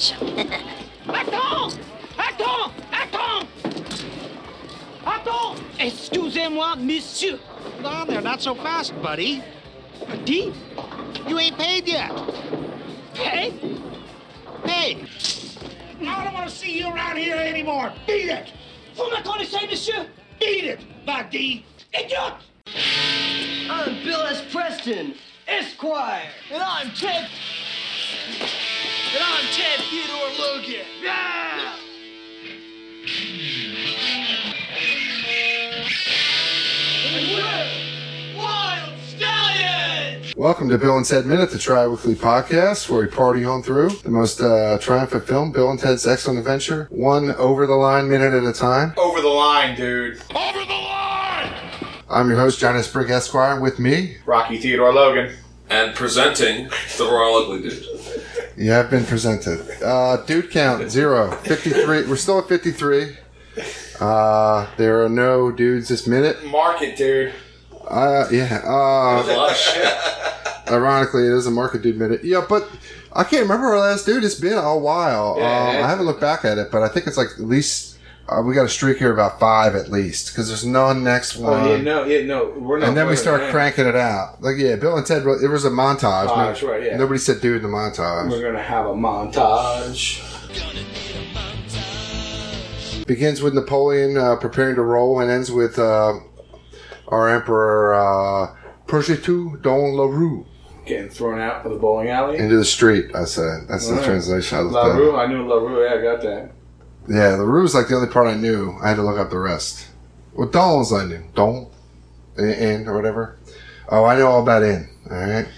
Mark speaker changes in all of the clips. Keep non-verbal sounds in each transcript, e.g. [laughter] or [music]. Speaker 1: [laughs]
Speaker 2: przepraszam.
Speaker 3: Attends Attends Attends Attends Excusez-moi, monsieur.
Speaker 4: Hold on there, not so fast, buddy.
Speaker 3: Dis
Speaker 4: You ain't paid yet.
Speaker 3: Hey
Speaker 4: Pay.
Speaker 1: I don't want to see you around here anymore. Beat it.
Speaker 3: Vous me connaissez, monsieur
Speaker 1: Beat it, my D.
Speaker 3: Idiot
Speaker 5: I'm Bill S. Preston, Esquire.
Speaker 3: And I'm Ted. And I'm Ted Theodore Logan. Yeah! And we're Wild Stallions!
Speaker 6: Welcome to Bill and Ted Minute, the tri-weekly podcast where we party on through the most uh, triumphant film, Bill and Ted's Excellent Adventure, one over-the-line minute at a time.
Speaker 7: Over the line, dude.
Speaker 6: I'm your host, Johnny Sprigg Esquire, and with me.
Speaker 7: Rocky Theodore Logan.
Speaker 8: and presenting the Royal Ugly Dude.
Speaker 6: You have been presented. Uh, dude count, zero. 53. We're still at 53. Uh, there are no dudes this minute.
Speaker 7: Mark it, dude.
Speaker 6: Uh, yeah. Uh,
Speaker 8: A lot of shit.
Speaker 6: Ironically, it is a market dude minute. Yeah, but I can't remember our last dude. It's been a while. um, I haven't looked back at it, but I think it's like at least uh, we got a streak here about five at least because there's none next one.
Speaker 7: Oh, yeah, no, yeah, no. We're not.
Speaker 6: Uh, and then we
Speaker 7: we're-
Speaker 6: start
Speaker 7: yeah.
Speaker 6: cranking it out. Like yeah, Bill and Ted. wrote- It was a montage.
Speaker 7: Oh,
Speaker 6: No-
Speaker 7: that's right, yeah.
Speaker 6: Nobody said dude in the montage.
Speaker 7: We're gonna have a montage.
Speaker 6: Begins with Napoleon uh, preparing to roll and ends with uh, our emperor uh, Projetu Don La Rue
Speaker 7: Getting thrown out of the bowling alley.
Speaker 6: into the street. I said that's the
Speaker 7: Alright.
Speaker 6: translation. I looked
Speaker 7: La
Speaker 6: up.
Speaker 7: Rue, I knew La Rue. Yeah, I got that.
Speaker 6: Yeah, the Rue was like the only part I knew. I had to look up the rest. Well, Don's I knew. Don, in, in or whatever. Oh, I know all about in. All right.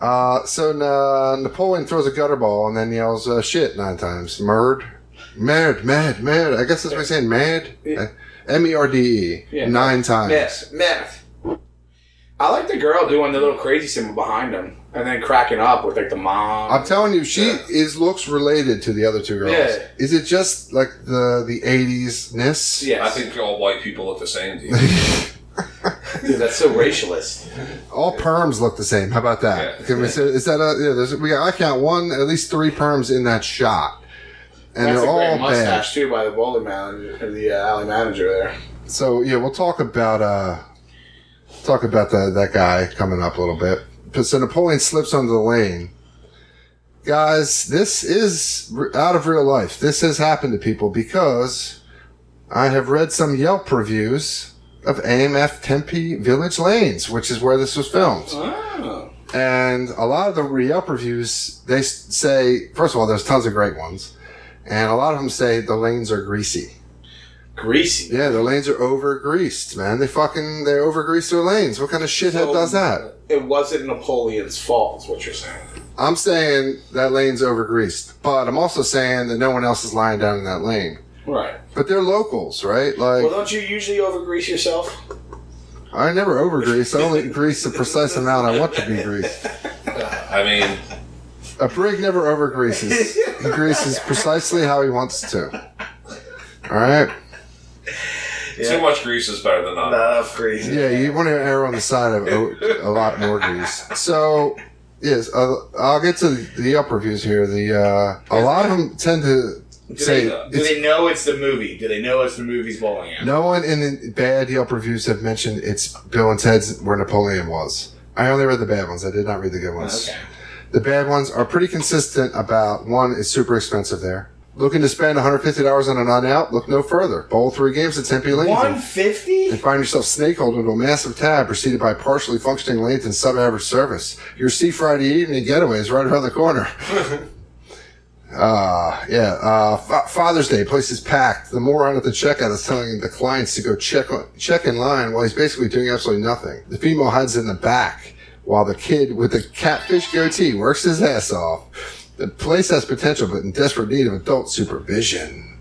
Speaker 6: Uh, so Na- Napoleon throws a gutter ball and then yells uh, "shit" nine times. Murd, mad, mad, mad. I guess that's what he's saying. Mad,
Speaker 7: Yeah.
Speaker 6: M E R D E,
Speaker 7: Yeah.
Speaker 6: nine times.
Speaker 7: Meth, meth. I like the girl doing the little crazy symbol behind him, and then cracking up with like the mom.
Speaker 6: I'm telling you, she
Speaker 7: Yeah.
Speaker 6: is looks related to the other two girls.
Speaker 7: Yeah.
Speaker 6: Is it just like the the '80s ness?
Speaker 7: Yes.
Speaker 8: I think all white people look the same to you.
Speaker 7: Dude, that's so racialist.
Speaker 6: All perms look the same. How about that?
Speaker 8: Yeah.
Speaker 6: Can we say, is that a, yeah, there's, we got, I count one, at least three perms in that shot. [laughs] And
Speaker 7: that's
Speaker 6: they're
Speaker 7: a
Speaker 6: all
Speaker 7: great
Speaker 6: bad.
Speaker 7: mustache too by the bowling manager, the uh, alley manager there.
Speaker 6: So yeah, we'll talk about, uh, talk about the, that guy coming up a little bit. But so Napoleon slips onto the lane. Guys, this is r- out of real life. This has happened to people because I have read some Yelp reviews of AMF Tempe Village Lanes, which is where this was filmed.
Speaker 7: Oh,
Speaker 6: And a lot of the Yelp reviews, they s- say, first of all, there's tons of great ones. And a lot of them say the lanes are greasy.
Speaker 7: greasy.
Speaker 6: Yeah, the lanes are over greased, man. They fucking, they over grease their lanes. What kind of shithead
Speaker 7: So- uh,
Speaker 6: does that?
Speaker 7: It wasn't Napoleon's fault, is what you're saying.
Speaker 6: I'm saying that lane's over greased, but I'm also saying that no one else is lying down in that lane.
Speaker 7: Right.
Speaker 6: But they're locals, right? Like,
Speaker 7: Well, don't you usually overgrease yourself?
Speaker 6: I never over grease. I only grease the precise amount I want to be greased.
Speaker 8: I mean,
Speaker 6: A prig never over greases. He greases precisely how he wants to. All right.
Speaker 8: too much grease is better than none.
Speaker 7: Enough grease.
Speaker 6: Yeah, you want to err on the side of a, a lot more grease. So, yes, uh, I'll get to the, the up reviews here. The uh, a lot of them tend to
Speaker 9: Do
Speaker 6: say
Speaker 9: they, uh, do
Speaker 6: it's,
Speaker 9: they know it's the movie? Do they know it's the movie's bowling alley?
Speaker 6: no one in the bad Yelp reviews have mentioned it's Bill and Ted's where Napoleon was. I only read the bad ones. I did not read the good ones.
Speaker 9: Okay.
Speaker 6: The bad ones are pretty consistent about one, it's super expensive there. Looking to spend $150 on a non out? Look no further. Bowl three games at Tempe Lanes.
Speaker 9: One fifty?
Speaker 6: and find yourself snake-holed into a massive tab preceded by partially functioning lanes and sub-average service. Your Sea Friday evening getaway is right around the corner. uh, yeah. Uh, Fa- Father's Day, place is packed. The moron at the checkout is telling the clients to go check on- check in line while he's basically doing absolutely nothing. The female hides in the back while the kid with the catfish goatee works his ass off. The place has potential, but in desperate need of adult supervision.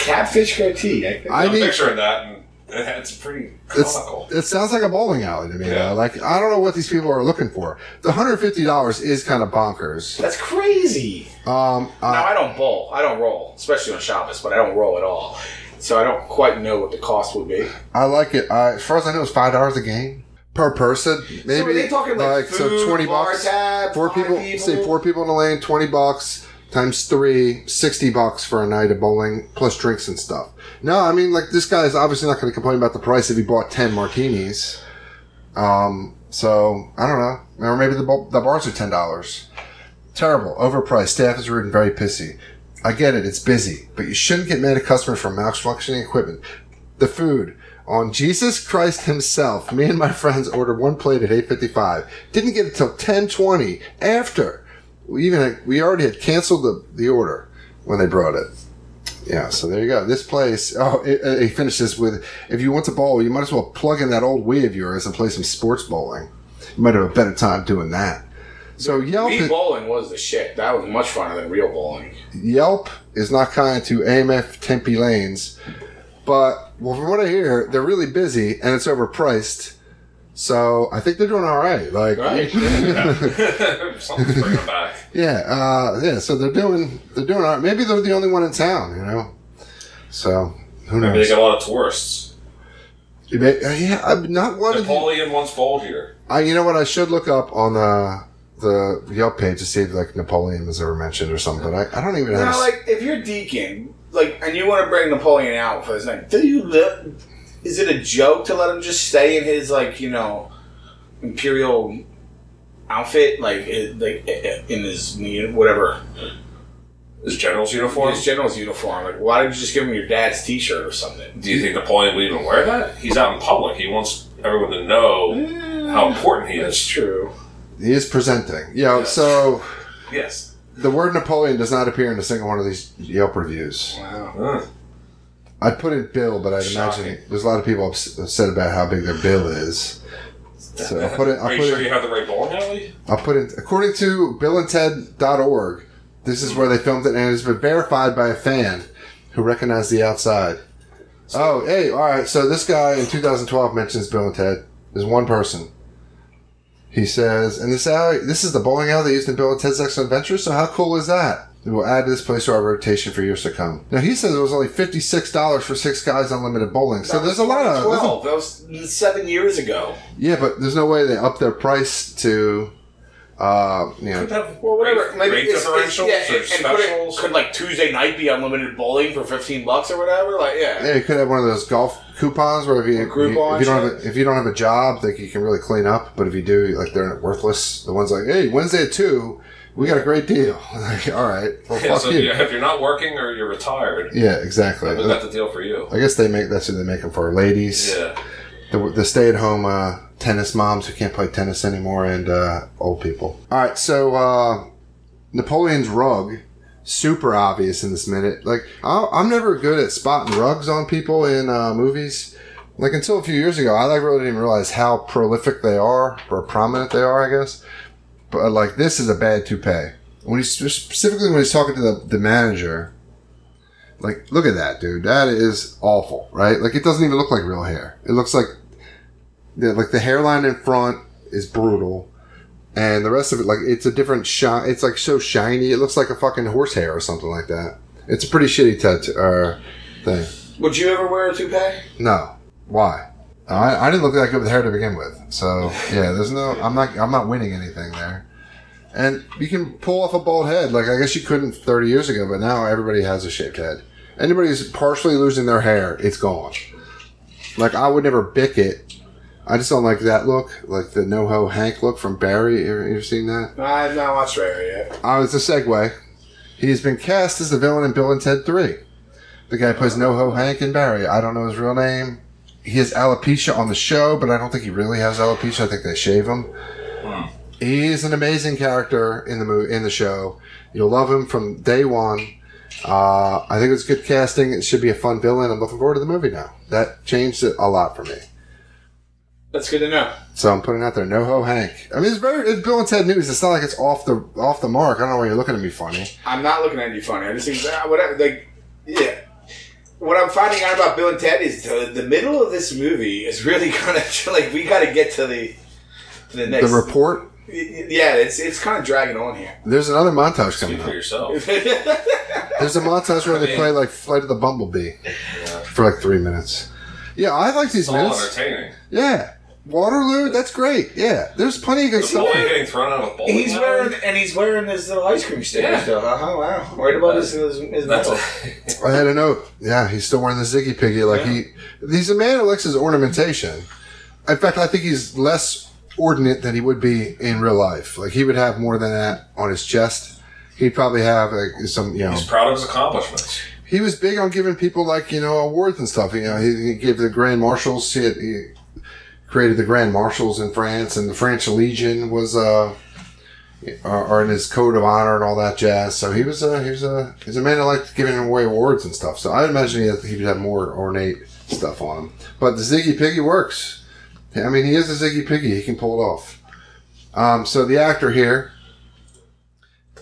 Speaker 9: Catfish goatee. I,
Speaker 6: I
Speaker 8: I'm
Speaker 6: need-
Speaker 8: picturing that, and it's pretty
Speaker 6: It's,
Speaker 8: comical.
Speaker 6: [laughs] it sounds like a bowling alley to me.
Speaker 8: Yeah.
Speaker 6: though. Like I don't know what these people are looking for. The hundred fifty dollars is kind of bonkers.
Speaker 9: that's crazy.
Speaker 6: Um,
Speaker 7: Now
Speaker 6: uh,
Speaker 7: I don't bowl. I don't roll, especially on Shabbos, but I don't roll at all. So I don't quite know what the cost would be.
Speaker 6: I like it. I, as far as I know, it's five dollars a game per person. Maybe
Speaker 7: so are they talking like, food, bar tab,
Speaker 6: Four
Speaker 7: five
Speaker 6: people, Say four people in the lane. Twenty bucks. times three, 60 bucks for a night of bowling plus drinks and stuff. No, I mean, like, this guy is obviously not going to complain about the price if he bought 10 martinis. Um, so, I don't know. Or maybe the, bo- the bars are $10. Terrible. Overpriced. Staff is rude and very pissy. I get it. It's busy. But you shouldn't get mad at customers for malfunctioning equipment. The food. On Jesus Christ himself, me and my friends ordered one plate at 8.55. Didn't get it till 10.20 after we even had, we already had canceled the, the order when they brought it. Yeah, so there you go. This place. Oh, it, it it finishes with if you want to bowl, you might as well plug in that old Wii of yours and play some sports bowling. You might have a better time doing that. So Yelp,
Speaker 7: Wii bowling was the shit. That was much funner than real bowling.
Speaker 6: Yelp is not kind to AMF Tempe lanes, but well, from what I hear, they're really busy and it's overpriced. So I think they're doing all right. Like
Speaker 7: Right?
Speaker 8: [laughs] Something's bringing back.
Speaker 6: [laughs] yeah, uh, yeah. So they're doing they're doing all right. Maybe they're the only one in town, you know. So who
Speaker 8: Maybe they
Speaker 6: knows?
Speaker 8: got a lot of tourists.
Speaker 6: You may- uh, yeah, I'm not one of the.
Speaker 8: Napoleon once bowled here.
Speaker 6: I, you know what? I should look up on the the Yelp page to see if like Napoleon was ever mentioned or something. I, I don't even know.
Speaker 7: Now, like, if you're Deacon, like, and you want to bring Napoleon out for his night, do you let? Is it a joke to let him just stay in his like, you know, imperial outfit, like, i- like i- i- in his whatever
Speaker 8: His general's uniform.
Speaker 7: his general's uniform? Like, why don't you just give him your dad's T-shirt or something?
Speaker 8: Do you think Napoleon would even wear that? He's out in public. He wants everyone to know how important he
Speaker 7: That's
Speaker 8: is.
Speaker 7: true.
Speaker 6: he is presenting. Yeah. So
Speaker 8: Yes.
Speaker 6: the word Napoleon does not appear in a single one of these Yelp reviews.
Speaker 7: Wow.
Speaker 8: Mm.
Speaker 6: I'd put in Bill, but I'd imagine
Speaker 7: Shocking.
Speaker 6: there's a lot of people ups- upset about how big their bill is. So I'll put it. I'll
Speaker 8: Are you
Speaker 6: put
Speaker 8: sure
Speaker 6: it,
Speaker 8: you have the right bowling alley?
Speaker 6: I'll put in, according to BillAndTed.org, this is where they filmed it, and it has been verified by a fan who recognized the outside. Oh, hey, all right. So this guy in 2012 mentions Bill and Ted. There's one person. He says, and this alley, this is the bowling alley they used in Bill and Ted's Excellent Adventure. So how cool is that? We will add this place to our rotation for years to come. Now he says it was only fifty six dollars for six guys unlimited bowling. So there's a lot of there's a
Speaker 7: twelve. That was seven years ago.
Speaker 6: yeah, but there's no way they up their price to, uh, you know,
Speaker 7: Well, whatever. Maybe
Speaker 8: Rate
Speaker 7: it's, it's-
Speaker 8: differentials
Speaker 7: yeah,
Speaker 8: or
Speaker 7: and- and could, it,
Speaker 8: specials?
Speaker 7: could like Tuesday night be unlimited bowling for fifteen bucks or whatever? Like, yeah.
Speaker 6: yeah, you could have one of those golf coupons where if you,
Speaker 7: Or Groupon
Speaker 6: you- if you don't
Speaker 7: shit.
Speaker 6: have a, if you don't have a job, like you can really clean up. But if you do, like they're worthless. The ones like, hey, Wednesday at two, we got a great deal. [laughs] Like, all right, well,
Speaker 8: Yeah,
Speaker 6: fuck
Speaker 8: [laughs] so
Speaker 6: you.
Speaker 8: if you- if you're not working or you're retired,
Speaker 6: Yeah, exactly.
Speaker 8: we got the deal for you.
Speaker 6: I guess they make that's who they make them for ladies,
Speaker 8: Yeah.
Speaker 6: the, the stay at home uh, tennis moms who can't play tennis anymore, and uh, old people. All right, so uh, Napoleon's rug super obvious in this minute. Like I, I'm never good at spotting rugs on people in uh, movies. Like until a few years ago, I like really didn't realize how prolific they are or prominent they are. I guess, but like this is a bad toupee. When he's specifically when he's talking to the, the manager, like look at that dude. That is awful, right? Like it doesn't even look like real hair. It looks like the, like the hairline in front is brutal and the rest of it like it's a different shine it's like so shiny it looks like a fucking horsehair or something like that it's a pretty shitty tattoo uh, thing
Speaker 7: Would you ever wear a toupee?
Speaker 6: no why I, I didn't look that good with hair to begin with so yeah there's no i'm not i'm not winning anything there and you can pull off a bald head like i guess you couldn't 30 years ago but now everybody has a shaved head anybody who's partially losing their hair it's gone like i would never bick it i just don't like that look like the no-ho hank look from barry you ever, you ever seen that
Speaker 7: I've not watched Rare yet.
Speaker 6: Oh, it's a segue. He's been cast as the villain in Bill and Ted 3. The guy plays NoHo Hank and Barry. I don't know his real name. He has alopecia on the show, but I don't think he really has alopecia. I think they shave him. He is an amazing character in the movie, in the show. You'll love him from day one. Uh, I think it's good casting. It should be a fun villain. I'm looking forward to the movie now. That changed it a lot for me.
Speaker 7: That's good to know.
Speaker 6: So I'm putting out there, no ho Hank. I mean, it's very it's Bill and Ted news. It's not like it's off the off the mark. I don't know why you're looking at me funny.
Speaker 7: I'm not looking at you funny. I just think ah, whatever. Like, yeah. What I'm finding out about Bill and Ted is the, the middle of this movie is really [laughs] kind of like we got to get to the to the
Speaker 6: The
Speaker 7: next.
Speaker 6: report
Speaker 7: yeah, it's it's kind of dragging on here. [laughs]
Speaker 6: There's another montage
Speaker 8: Speak
Speaker 6: coming
Speaker 8: for
Speaker 6: up.
Speaker 8: yourself.
Speaker 6: There's a montage where they play like Flight of the Bumblebee for like three minutes. Yeah, I like these
Speaker 8: It's all
Speaker 6: minutes.
Speaker 8: entertaining.
Speaker 6: Yeah. Waterloo? That's great. Yeah. There's plenty of good stuff.
Speaker 8: Napoleon getting thrown out of a bowling
Speaker 7: He's
Speaker 8: alley?
Speaker 7: wearing and he's wearing his little ice cream stickers
Speaker 8: Yeah.
Speaker 7: though. huh? Oh wow! Worried about his his, his
Speaker 8: That's
Speaker 7: medal. [laughs]
Speaker 8: a,
Speaker 6: I had a note. Yeah, he's still wearing the Ziggy Piggy. Like he, he's a man who likes his ornamentation. In fact, I think he's less ordinate than he would be in real life. Like he would have more than that on his chest. He'd probably have like some, you know.
Speaker 8: he's proud of his accomplishments.
Speaker 6: He was big on giving people like you know awards and stuff. You know, he, he gave the Grand Marshals. He, had, he created the Grand Marshals in France, and the French Legion was uh, are are in his code of honor and all that jazz. So he was a he was a he's a man that liked giving away awards and stuff. So I imagine he had, he would have more ornate stuff on him. But the Ziggy Piggy works. I mean, he is a Ziggy Piggy. He can pull it off. Um, so the actor here,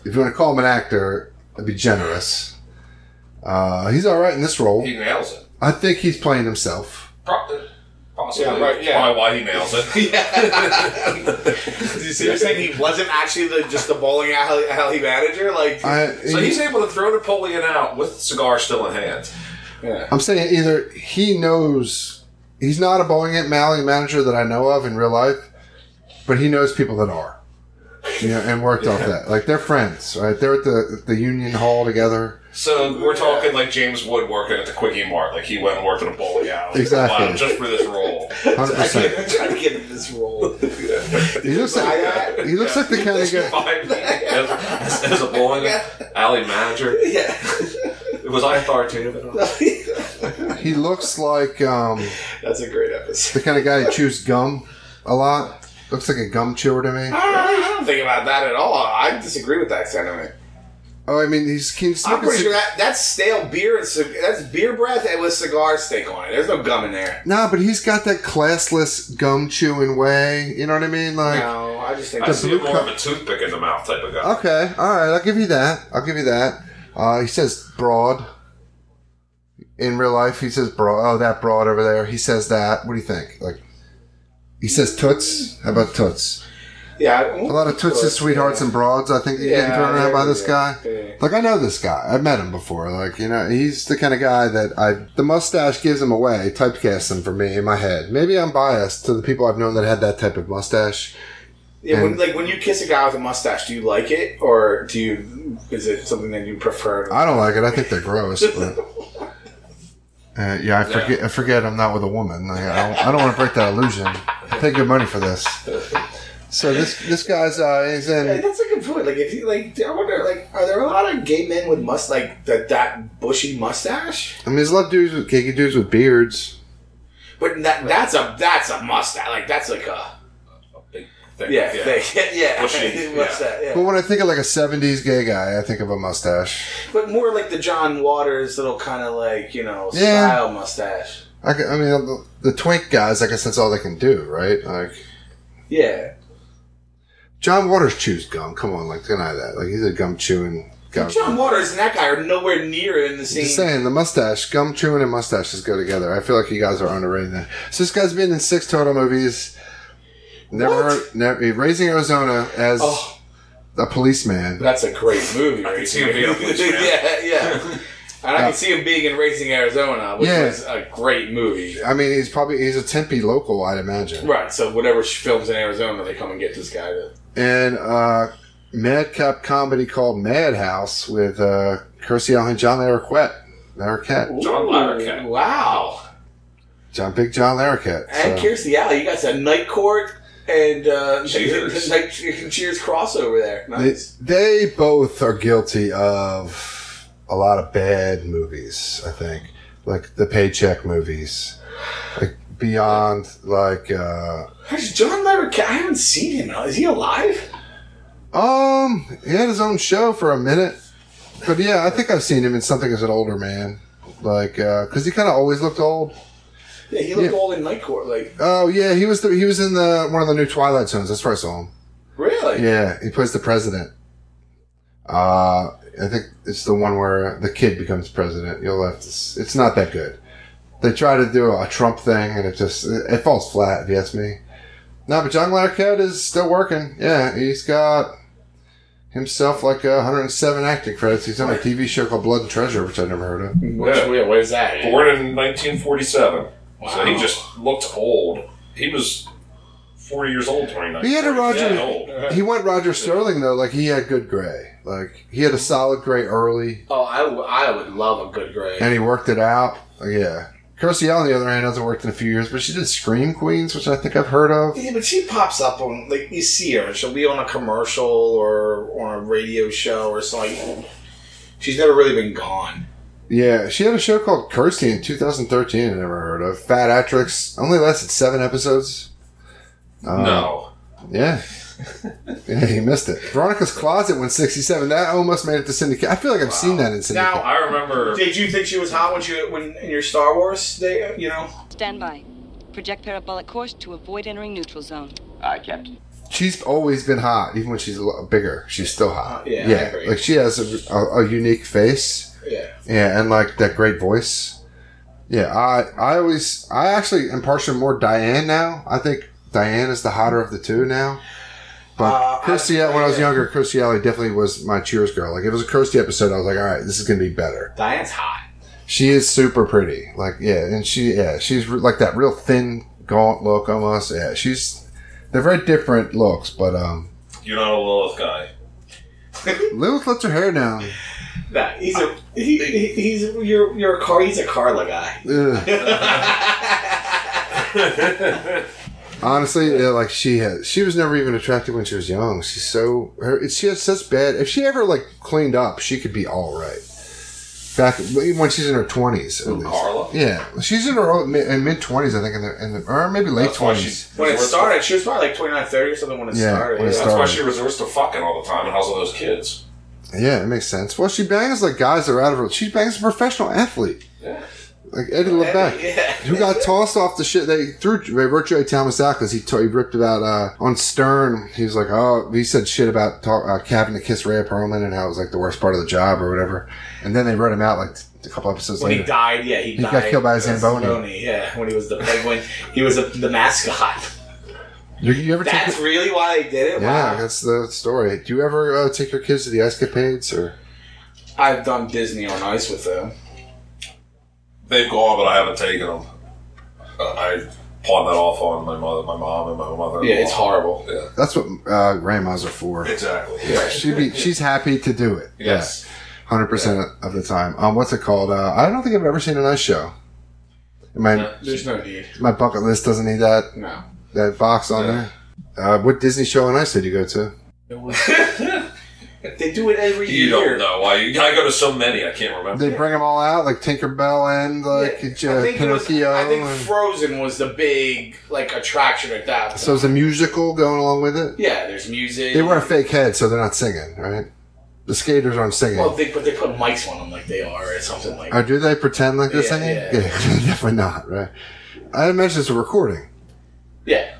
Speaker 6: if you want to call him an actor, I'd be generous. Uh, he's all right in this role.
Speaker 8: He nails it.
Speaker 6: I think he's playing himself.
Speaker 8: Pro- uh, possibly.
Speaker 7: Yeah, right, yeah.
Speaker 8: Probably why he nails it.
Speaker 7: [laughs] You see, you're saying he wasn't actually the, just the bowling alley, alley manager. Like,
Speaker 6: I,
Speaker 8: so he's able to throw Napoleon out with the cigar still in hand.
Speaker 7: yeah.
Speaker 6: I'm saying either he knows he's not a Boeing and Malley manager that I know of in real life, but he knows people that are. You know, and worked off that. Like they're friends, right? They're at the the union hall together.
Speaker 8: So we're talking like James Wood working at the Quickie Mart. Like he went and worked at a bowling
Speaker 6: [laughs]
Speaker 8: alley.
Speaker 6: Exactly.
Speaker 8: Wow, just for this role.
Speaker 6: Hundred percent.
Speaker 7: trying to get into this
Speaker 6: [laughs]
Speaker 7: role.
Speaker 6: He looks like he looks like the kind of guy.
Speaker 8: [laughs] Five as, as a bowling alley manager.
Speaker 7: [laughs] Yeah. [laughs]
Speaker 8: Was I authoritative at all?
Speaker 6: He looks like um,
Speaker 7: That's a great episode.
Speaker 6: the kind of guy who chews gum a lot. Looks like a gum chewer to me.
Speaker 7: I don't think about that at all. I disagree with that sentiment.
Speaker 6: Oh, I mean, he's he's
Speaker 7: I'm
Speaker 6: smoking
Speaker 7: pretty sure
Speaker 6: cig-
Speaker 7: that, that's stale beer and cig- that's beer breath and with cigar stink on it. There's no gum in there.
Speaker 6: Nah, but he's got that classless gum chewing way. You know what I mean? Like
Speaker 7: No, I just think
Speaker 8: I see
Speaker 6: blue Uh,
Speaker 8: him more of a toothpick in the mouth type of guy.
Speaker 6: Okay, all right, I'll give you that. I'll give you that. Uh, he says broad. In real life, he says broad. Oh, that broad over there. He says that. What do you think? Like, he says toots. How about toots?
Speaker 7: yeah,
Speaker 6: A lot of toots and sweethearts and broads. I think you're getting
Speaker 7: Yeah,
Speaker 6: thrown around by
Speaker 7: yeah,
Speaker 6: this guy.
Speaker 7: yeah.
Speaker 6: Like, I know this guy. I've met him before. Like, you know, he's the kind of guy that I the mustache gives him away, typecasts him for me in my head. Maybe I'm biased to the people I've known that had that type of mustache.
Speaker 7: Yeah, when,
Speaker 6: And-
Speaker 7: like when you kiss a guy with a mustache, do you like it or do you? Is it something that you prefer?
Speaker 6: I don't like it. I think they're gross. But uh, yeah, I forget. I forget. I'm not with a woman. Like, I don't, I don't want to break that illusion. Pay good money for this. So this this guy's uh, he's
Speaker 7: Yeah,
Speaker 6: in.
Speaker 7: that's a good point. Like, if you like, I wonder, like, are there a lot of gay men with must like that that bushy mustache?
Speaker 6: I mean, there's a lot of dudes with kinky dudes with beards.
Speaker 7: But that that's a that's a mustache. Like, that's like a
Speaker 8: Big thing.
Speaker 7: yeah yeah [laughs] yeah,
Speaker 8: Bushy,
Speaker 7: mustache. Yeah.
Speaker 6: But when I think of like a '70s gay guy, I think of a mustache.
Speaker 7: But more like the John Waters little kind of like you know
Speaker 6: Yeah.
Speaker 7: style mustache.
Speaker 6: I, can- I mean, the, the twink guys. I guess that's all they can do, right? Like
Speaker 7: Yeah,
Speaker 6: John Waters chews gum. Come on, like deny that. Like he's a gum chewing guy.
Speaker 7: John Waters and that guy are nowhere near in the same.
Speaker 6: Just saying, the mustache, gum chewing, and mustaches go together. I feel like you guys are underrating that. So this guy's been in six total movies. Never, heard, never raising Arizona as
Speaker 7: Oh.
Speaker 6: a policeman.
Speaker 7: That's a great movie.
Speaker 8: I
Speaker 7: right
Speaker 8: can see him
Speaker 7: there.
Speaker 8: being a policeman.
Speaker 7: [laughs] yeah, yeah. And I can see him being in Racing Arizona, which
Speaker 6: Yeah.
Speaker 7: was a great movie.
Speaker 6: I mean, he's probably he's a Tempe local, I'd imagine.
Speaker 7: Right, so whatever sh- films in Arizona, they come and get this guy to.
Speaker 6: And uh, madcap comedy called Madhouse with uh, Kirstie Alley and John Larroquette. Larroquette,
Speaker 8: John
Speaker 7: Ooh,
Speaker 8: Larroquette.
Speaker 7: Wow.
Speaker 6: John Big John Larroquette.
Speaker 7: And
Speaker 6: So-
Speaker 7: Kirstie Alley, you got some Night Court and uh,
Speaker 8: Cheers.
Speaker 7: [laughs] Night Cheers crossover there.
Speaker 6: They,
Speaker 7: Nice.
Speaker 6: they both are guilty of a lot of bad movies, I think. Like the paycheck movies. Like beyond like uh
Speaker 7: Gosh, John Larroquette, I haven't seen him. Is he alive?
Speaker 6: um he had his own show for a minute. But yeah, I think I've seen him in something as an older man. Like uh 'cause cuz he kind of always looked old.
Speaker 7: Yeah, he looked
Speaker 6: Yeah.
Speaker 7: old in Night Court. Like,
Speaker 6: Oh yeah, he was the, he was in the one of the new Twilight Zones. That's where I saw him.
Speaker 7: really?
Speaker 6: Yeah, he plays the president. Uh, I think it's the one where the kid becomes president. You'll have to. s- It's not that good. They try to do a Trump thing, and it just it, it falls flat. If you ask me. No, but John Larroquette is still working. Yeah, he's got himself like uh, 107 acting credits. He's on a TV show called Blood and Treasure, which I never heard of.
Speaker 7: Which, yeah. Where's that?
Speaker 8: Born in 1947. So he
Speaker 7: Wow.
Speaker 8: just looked old. He was 40 years old, 29.
Speaker 6: He had a
Speaker 8: 30,
Speaker 6: Roger.
Speaker 8: yeah, old.
Speaker 6: He went Roger Sterling though. Like he had good gray. Like he had a solid gray early,
Speaker 7: Oh, I, w- I would love a good grade.
Speaker 6: and he worked it out. Yeah. Kirstie Alley, on the other hand, hasn't worked in a few years, but she did Scream Queens, which I think I've heard of.
Speaker 7: Yeah, but she pops up on like you see her. She'll be on a commercial or on a radio show or something. She's never really been gone.
Speaker 6: Yeah, she had a show called Kirstie in 2013. I never heard of. Fat Atrix only lasted seven episodes. Um,
Speaker 8: no.
Speaker 6: Yeah. [laughs] yeah, you missed it. Veronica's Closet went 67. That almost made it to Syndicate. I feel like I've seen that in Syndicate.
Speaker 7: Now,
Speaker 8: I remember.
Speaker 7: did you think she was hot when you when in your Star Wars day? You know,
Speaker 2: Stand by. Project parabolic course to avoid entering neutral zone.
Speaker 10: Aye, Captain.
Speaker 6: she's always been hot, even when she's a lot bigger. She's still hot.
Speaker 7: Uh, yeah, I agree.
Speaker 6: like she has a, a, a unique face.
Speaker 7: yeah.
Speaker 6: Yeah, and like that great voice. Yeah, I I always I actually am partial to more Diane now. I think Diane is the hotter of the two now. But
Speaker 7: Uh, I-
Speaker 6: Kirstie, when I was
Speaker 7: yeah.
Speaker 6: younger, Kirstie Alley definitely was my Cheers girl. Like if it was a Kirstie episode, I was like, all right, this is gonna be better.
Speaker 7: Diane's hot.
Speaker 6: She is super pretty. Like yeah, and she yeah she's re- like that real thin gaunt look almost. Yeah, she's they're very different looks, but um
Speaker 8: You're not a Lilith guy.
Speaker 6: Lilith lets her hair down.
Speaker 7: Nah, he's a he, he- he's you're you're a car. He's a Carla guy.
Speaker 6: Ugh. [laughs] Honestly, yeah, like she had, she was never even attractive when she was young. She's so her, she has such bad. If she ever like cleaned up, she could be all right. Back even when she's in her twenties, at least.
Speaker 8: Carla?
Speaker 6: Yeah, she's in her mid twenties, I think, in the, in the or maybe late
Speaker 8: That's why
Speaker 6: twenties.
Speaker 8: she.
Speaker 7: When it
Speaker 8: resorts to-
Speaker 7: started, she was probably like 29, 30 or something when it
Speaker 6: Yeah,
Speaker 7: started.
Speaker 6: when it
Speaker 7: yeah.
Speaker 8: That's why
Speaker 6: started.
Speaker 8: she resorts to fucking all the time and has all those kids.
Speaker 6: Yeah, it makes sense. Well, she bangs like guys that are out of her. She bangs a professional athlete.
Speaker 8: Yeah.
Speaker 6: Like Eddie LeBeck.
Speaker 7: Yeah.
Speaker 6: who got tossed off the shit. They threw they wrote Joey Thomas out because he, t- he ripped about uh, on Stern. He was like, oh, he said shit about talk, uh, having to kiss Rhea Perlman and how it was like the worst part of the job or whatever. And then they wrote him out like a couple episodes
Speaker 7: When he
Speaker 6: later.
Speaker 7: died, yeah, he,
Speaker 6: He
Speaker 7: died.
Speaker 6: got killed by Zamboni.
Speaker 7: Zamboni, yeah, when he was the penguin, he was a, the mascot.
Speaker 6: you, you ever take?
Speaker 7: That's really why they did it.
Speaker 6: yeah,
Speaker 7: wow.
Speaker 6: that's the story. Do you ever uh, take your kids to the escapades or?
Speaker 7: I've done Disney on Ice with them.
Speaker 8: They've gone, but I haven't taken them. Uh, I pawned that off on my mother, my mom, and my mother.
Speaker 7: Yeah, it's horrible.
Speaker 8: Yeah,
Speaker 6: That's what uh, grandmas are for.
Speaker 8: exactly.
Speaker 6: She be she's happy to do it.
Speaker 8: Yes.
Speaker 6: hundred percent of the time. Um, what's it called? Uh, I don't think I've ever seen an ice show. My
Speaker 7: There's no need.
Speaker 6: my bucket list doesn't need that.
Speaker 7: No.
Speaker 6: that box on
Speaker 8: Yeah.
Speaker 6: there. Uh, what Disney show on ice did you go to?
Speaker 7: [laughs] They do it every
Speaker 8: You
Speaker 7: year.
Speaker 8: don't know why you. I go to so many, I can't remember.
Speaker 6: They bring them all out, like Tinkerbell and like
Speaker 7: I
Speaker 6: uh,
Speaker 7: think, it was,
Speaker 6: Pinocchio.
Speaker 7: I think
Speaker 6: and-
Speaker 7: Frozen was the big like attraction at that. point.
Speaker 6: so it's a musical going along with it.
Speaker 7: yeah, there's music.
Speaker 6: They wear a fake head, so they're not singing, right? The skaters aren't singing.
Speaker 7: Well, they but they put mics on them like they are or something like.
Speaker 6: or do they pretend like they're
Speaker 7: Yeah,
Speaker 6: singing?
Speaker 7: yeah.
Speaker 6: [laughs] definitely not, right? I imagine it's a recording.
Speaker 7: yeah.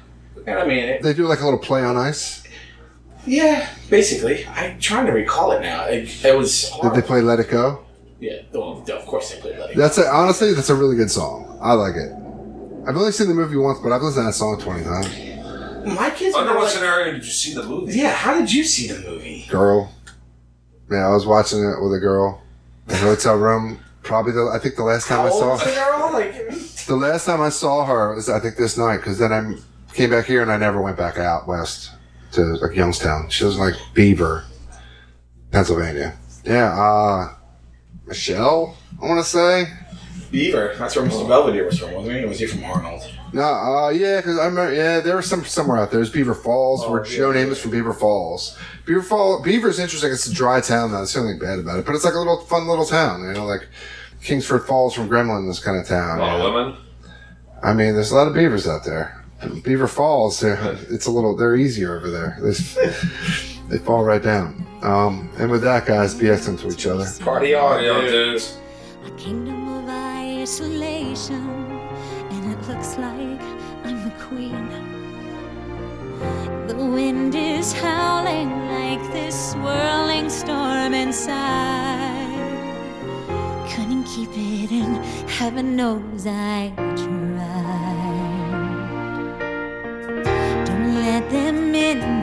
Speaker 7: And I mean, it,
Speaker 6: They do like a little play on ice.
Speaker 7: yeah, basically. I'm trying to recall it now. It, it was.
Speaker 6: Did
Speaker 7: Horrible.
Speaker 6: they play "Let It Go"?
Speaker 7: Yeah, well, of course they played Let It Go.
Speaker 6: That's a, honestly, that's a really good song. I like it. I've only seen the movie once, but I've listened to that song twenty times.
Speaker 7: My kids were
Speaker 8: Under what
Speaker 7: like,
Speaker 8: scenario did you see the movie?
Speaker 7: yeah, how did you see the movie?
Speaker 6: girl. Yeah, I was watching it with a girl in a hotel room. Probably the I think the last time
Speaker 7: How
Speaker 6: I
Speaker 7: old
Speaker 6: saw
Speaker 7: was the girl? Like,
Speaker 6: the last time I saw her was I think this night because then I came back here and I never went back out west to like Youngstown. She lives in like Beaver, Pennsylvania. Yeah, uh, Michelle. I want to say
Speaker 7: Beaver. That's where Mr. Belvedere was from, wasn't he? Or was he from Arnold?
Speaker 6: no. Uh, yeah, because I remember. Yeah, there was some somewhere out there. There's Beaver Falls where
Speaker 7: Oh, yeah,
Speaker 6: Joe name is from Beaver Falls. Beaver Fall Beaver's interesting. It's a dry town though. There's nothing bad about it, but it's like a little fun little town. You know, like Kingsford Falls from Gremlin, this kind of
Speaker 8: A
Speaker 6: town.
Speaker 8: lot
Speaker 7: Oh,
Speaker 6: you know?
Speaker 8: of women.
Speaker 6: I mean, there's a lot of beavers out there. Beaver Falls, they're- it's a little. They're easier over there. They, they fall right down. Um, and with that, guys, BS into each other.
Speaker 7: Party on,
Speaker 8: Yeah,
Speaker 7: dude.
Speaker 8: dudes.
Speaker 2: A kingdom of isolation, and it looks like I'm the queen. The wind is howling like this swirling storm inside. Couldn't keep it in, heaven knows I tried. Don't let them in,